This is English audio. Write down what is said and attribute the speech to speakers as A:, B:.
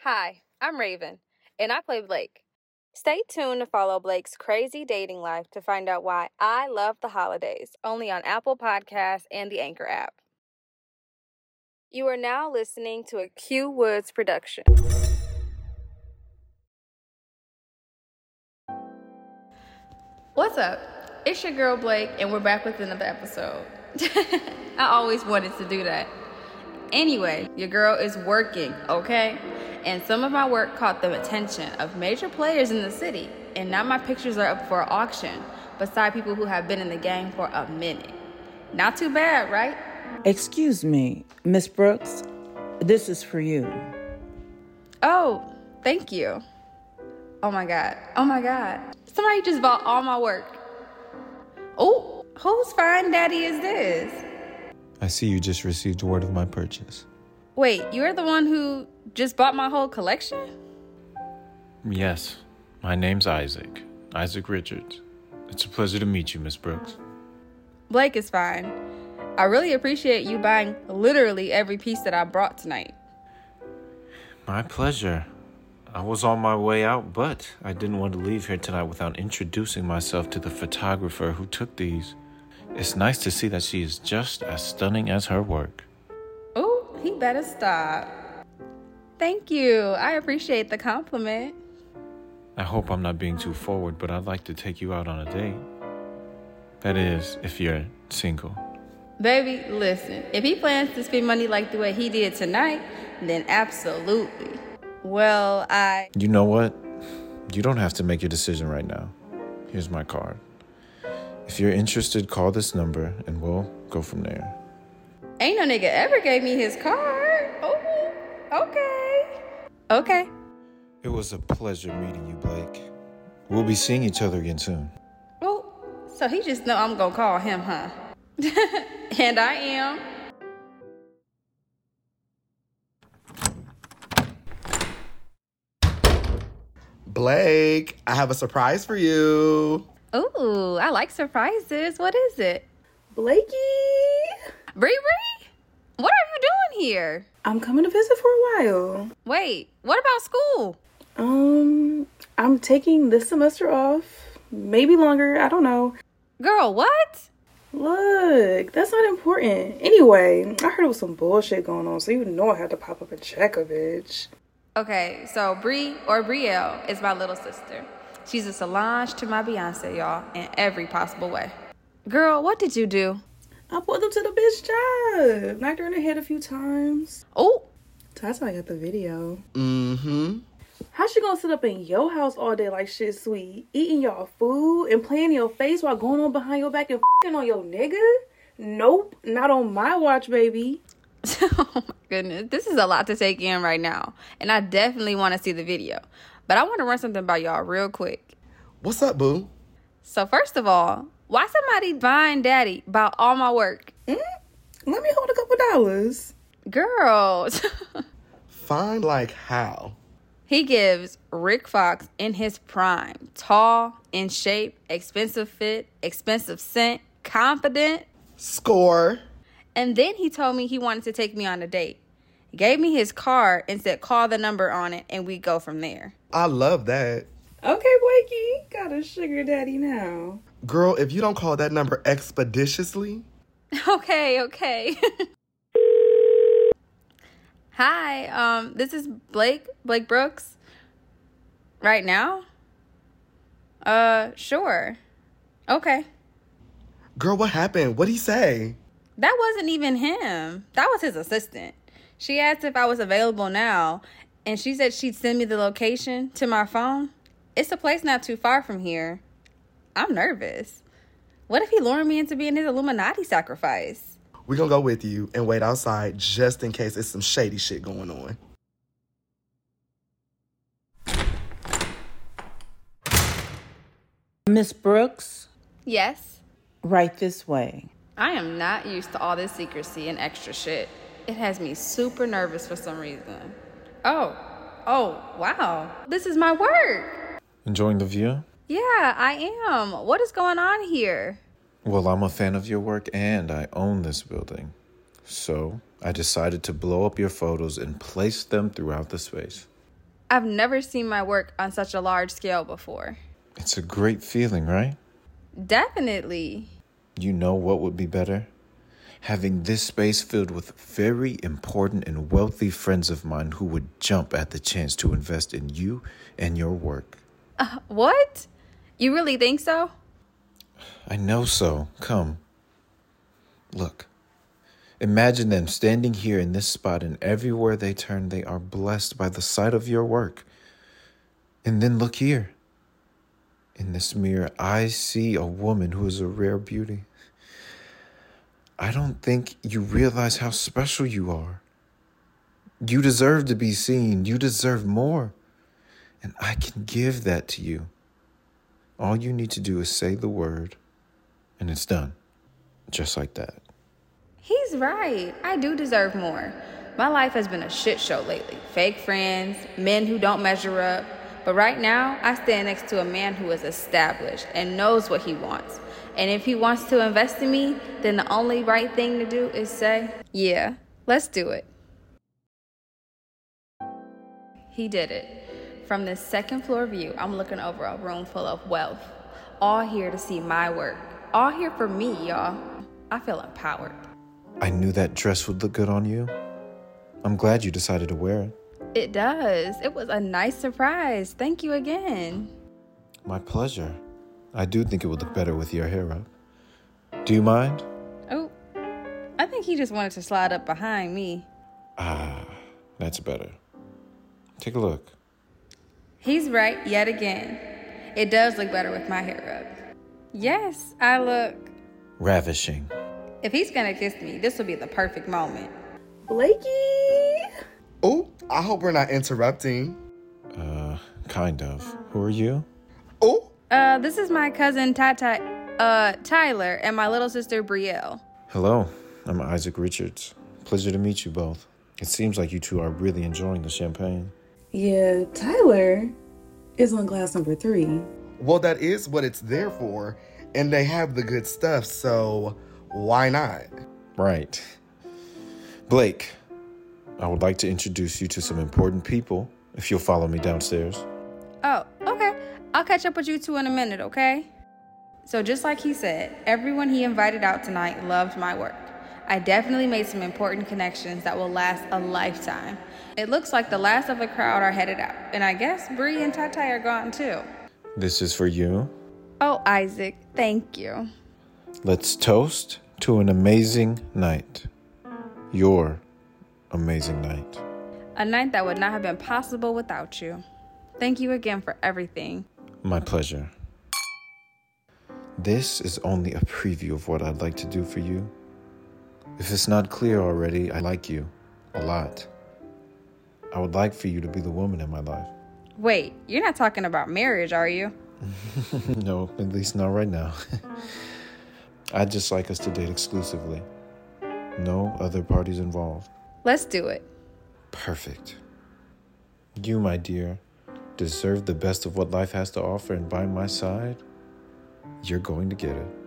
A: Hi, I'm Raven, and I play Blake. Stay tuned to follow Blake's crazy dating life to find out why I love the holidays, only on Apple Podcasts and the Anchor app. You are now listening to a Q Woods production. What's up? It's your girl Blake, and we're back with another episode. I always wanted to do that. Anyway, your girl is working, okay? And some of my work caught the attention of major players in the city, and now my pictures are up for auction, beside people who have been in the game for a minute. Not too bad, right?
B: Excuse me, Miss Brooks. This is for you.
A: Oh, thank you. Oh my god. Oh my god. Somebody just bought all my work. Oh, whose fine daddy is this?
C: I see you just received word of my purchase.
A: Wait, you're the one who just bought my whole collection?
C: Yes, my name's Isaac. Isaac Richards. It's a pleasure to meet you, Miss Brooks.
A: Blake is fine. I really appreciate you buying literally every piece that I brought tonight.
C: My pleasure. I was on my way out, but I didn't want to leave here tonight without introducing myself to the photographer who took these. It's nice to see that she is just as stunning as her work.
A: Oh, he better stop. Thank you. I appreciate the compliment.
C: I hope I'm not being too forward, but I'd like to take you out on a date. That is, if you're single.
A: Baby, listen, if he plans to spend money like the way he did tonight, then absolutely. Well, I.
C: You know what? You don't have to make your decision right now. Here's my card. If you're interested, call this number and we'll go from there.
A: Ain't no nigga ever gave me his card. Oh, okay. Okay.
C: It was a pleasure meeting you, Blake. We'll be seeing each other again soon.
A: Well, Oh, so he just know I'm gonna call him, huh? and I am.
D: Blake, I have a surprise for you.
A: Ooh, I like surprises. What is it?
E: Blakey,
A: Bree Bree? What are you doing here?
E: I'm coming to visit for a while.
A: Wait, what about school?
E: Um, I'm taking this semester off, maybe longer, I don't know.
A: Girl, what?
E: Look, that's not important. Anyway, I heard it was some bullshit going on, so you know I had to pop up and check a bitch.
A: Okay, so Bree or Brielle is my little sister. She's a Solange to my Beyonce, y'all, in every possible way. Girl, what did you do?
E: I pulled up to the bitch job, knocked her in the head a few times.
A: Oh,
E: That's how I got the video.
D: Mm-hmm.
E: How she gonna sit up in your house all day like shit sweet, eating y'all food and playing in your face while going on behind your back and fing on your nigga? Nope, not on my watch, baby.
A: oh my goodness. This is a lot to take in right now. And I definitely want to see the video. But I want to run something by y'all real quick.
D: What's up, boo?
A: So, first of all, why somebody buying daddy about all my work?
E: Let me hold a couple dollars.
A: Girl,
D: Fine, like how?
A: he gives Rick Fox in his prime tall, in shape, expensive fit, expensive scent, confident.
D: Score.
A: And then he told me he wanted to take me on a date. Gave me his card and said, call the number on it and we go from there.
D: I love that.
E: Okay, Blakey, got a sugar daddy now.
D: Girl, if you don't call that number expeditiously,
A: Okay, okay. Hi, um, this is Blake, Blake Brooks. Right now? Uh, sure. Okay.
D: girl, what happened? What'd he say?
A: That wasn't even him. That was his assistant. She asked if I was available now, and she said she'd send me the location to my phone. It's a place not too far from here. I'm nervous. What if he lured me into being his Illuminati sacrifice?
D: We're gonna go with you and wait outside just in case it's some shady shit going on.
B: Miss Brooks,
A: Yes.
B: right this way.
A: I am not used to all this secrecy and extra shit. It has me super nervous for some reason. Oh, oh, wow. This is my work.
C: Enjoying the view?
A: Yeah, I am. What is going on here?
C: Well, I'm a fan of your work and I own this building. So I decided to blow up your photos and place them throughout the space.
A: I've never seen my work on such a large scale before.
C: It's a great feeling, right?
A: Definitely.
C: You know what would be better? Having this space filled with very important and wealthy friends of mine who would jump at the chance to invest in you and your work.
A: What? You really think so?
C: I know so. Come. Look. Imagine them standing here in this spot, and everywhere they turn, they are blessed by the sight of your work. And then look here. In this mirror, I see a woman who is a rare beauty. I don't think you realize how special you are. You deserve to be seen, you deserve more. And I can give that to you. All you need to do is say the word, and it's done. Just like that.
A: He's right. I do deserve more. My life has been a shit show lately. Fake friends, men who don't measure up. But right now, I stand next to a man who is established and knows what he wants. And if he wants to invest in me, then the only right thing to do is say, Yeah, let's do it. He did it. From this second floor view, I'm looking over a room full of wealth, all here to see my work, all here for me, y'all. I feel empowered.
C: I knew that dress would look good on you. I'm glad you decided to wear it.
A: It does. It was a nice surprise. Thank you again.
C: My pleasure. I do think it would look better with your hair up. Do you mind?
A: Oh, I think he just wanted to slide up behind me.
C: Ah, that's better. Take a look.
A: He's right yet again. It does look better with my hair up. Yes, I look.
C: Ravishing.
A: If he's gonna kiss me, this will be the perfect moment.
E: Blakey!
D: Ooh, I hope we're not interrupting.
C: Uh, kind of. Who are you?
D: Ooh,
A: Uh, this is my cousin Tata, uh, Tyler, and my little sister Brielle.
C: Hello, I'm Isaac Richards. Pleasure to meet you both. It seems like you two are really enjoying the champagne.
E: Yeah, Tyler is on glass number three.
D: well, that is what it's there for, and they have the good stuff, so why not?
C: Right. Blake, I would like to introduce you to some important people if you'll follow me downstairs.
A: Oh, okay. I'll catch up with you two in a minute, okay? So, just like he said, everyone he invited out tonight loved my work. I definitely made some important connections that will last a lifetime. It looks like the last of the crowd are headed out, and I guess Bree and Tati are gone too.
C: This is for you.
A: Oh, Isaac, thank you.
C: Let's toast to an amazing night. Your amazing night.
A: A night that would not have been possible without you. Thank you again for everything.
C: My pleasure. This is only a preview of what I'd like to do for you. If it's not clear already, I like you a lot. I would like for you to be the woman in my life.
A: Wait, you're not talking about marriage, are you?
C: no, at least not right now. I'd just like us to date exclusively. No other parties involved.
A: Let's do it.
C: Perfect. You, my dear, deserve the best of what life has to offer, and by my side, you're going to get it.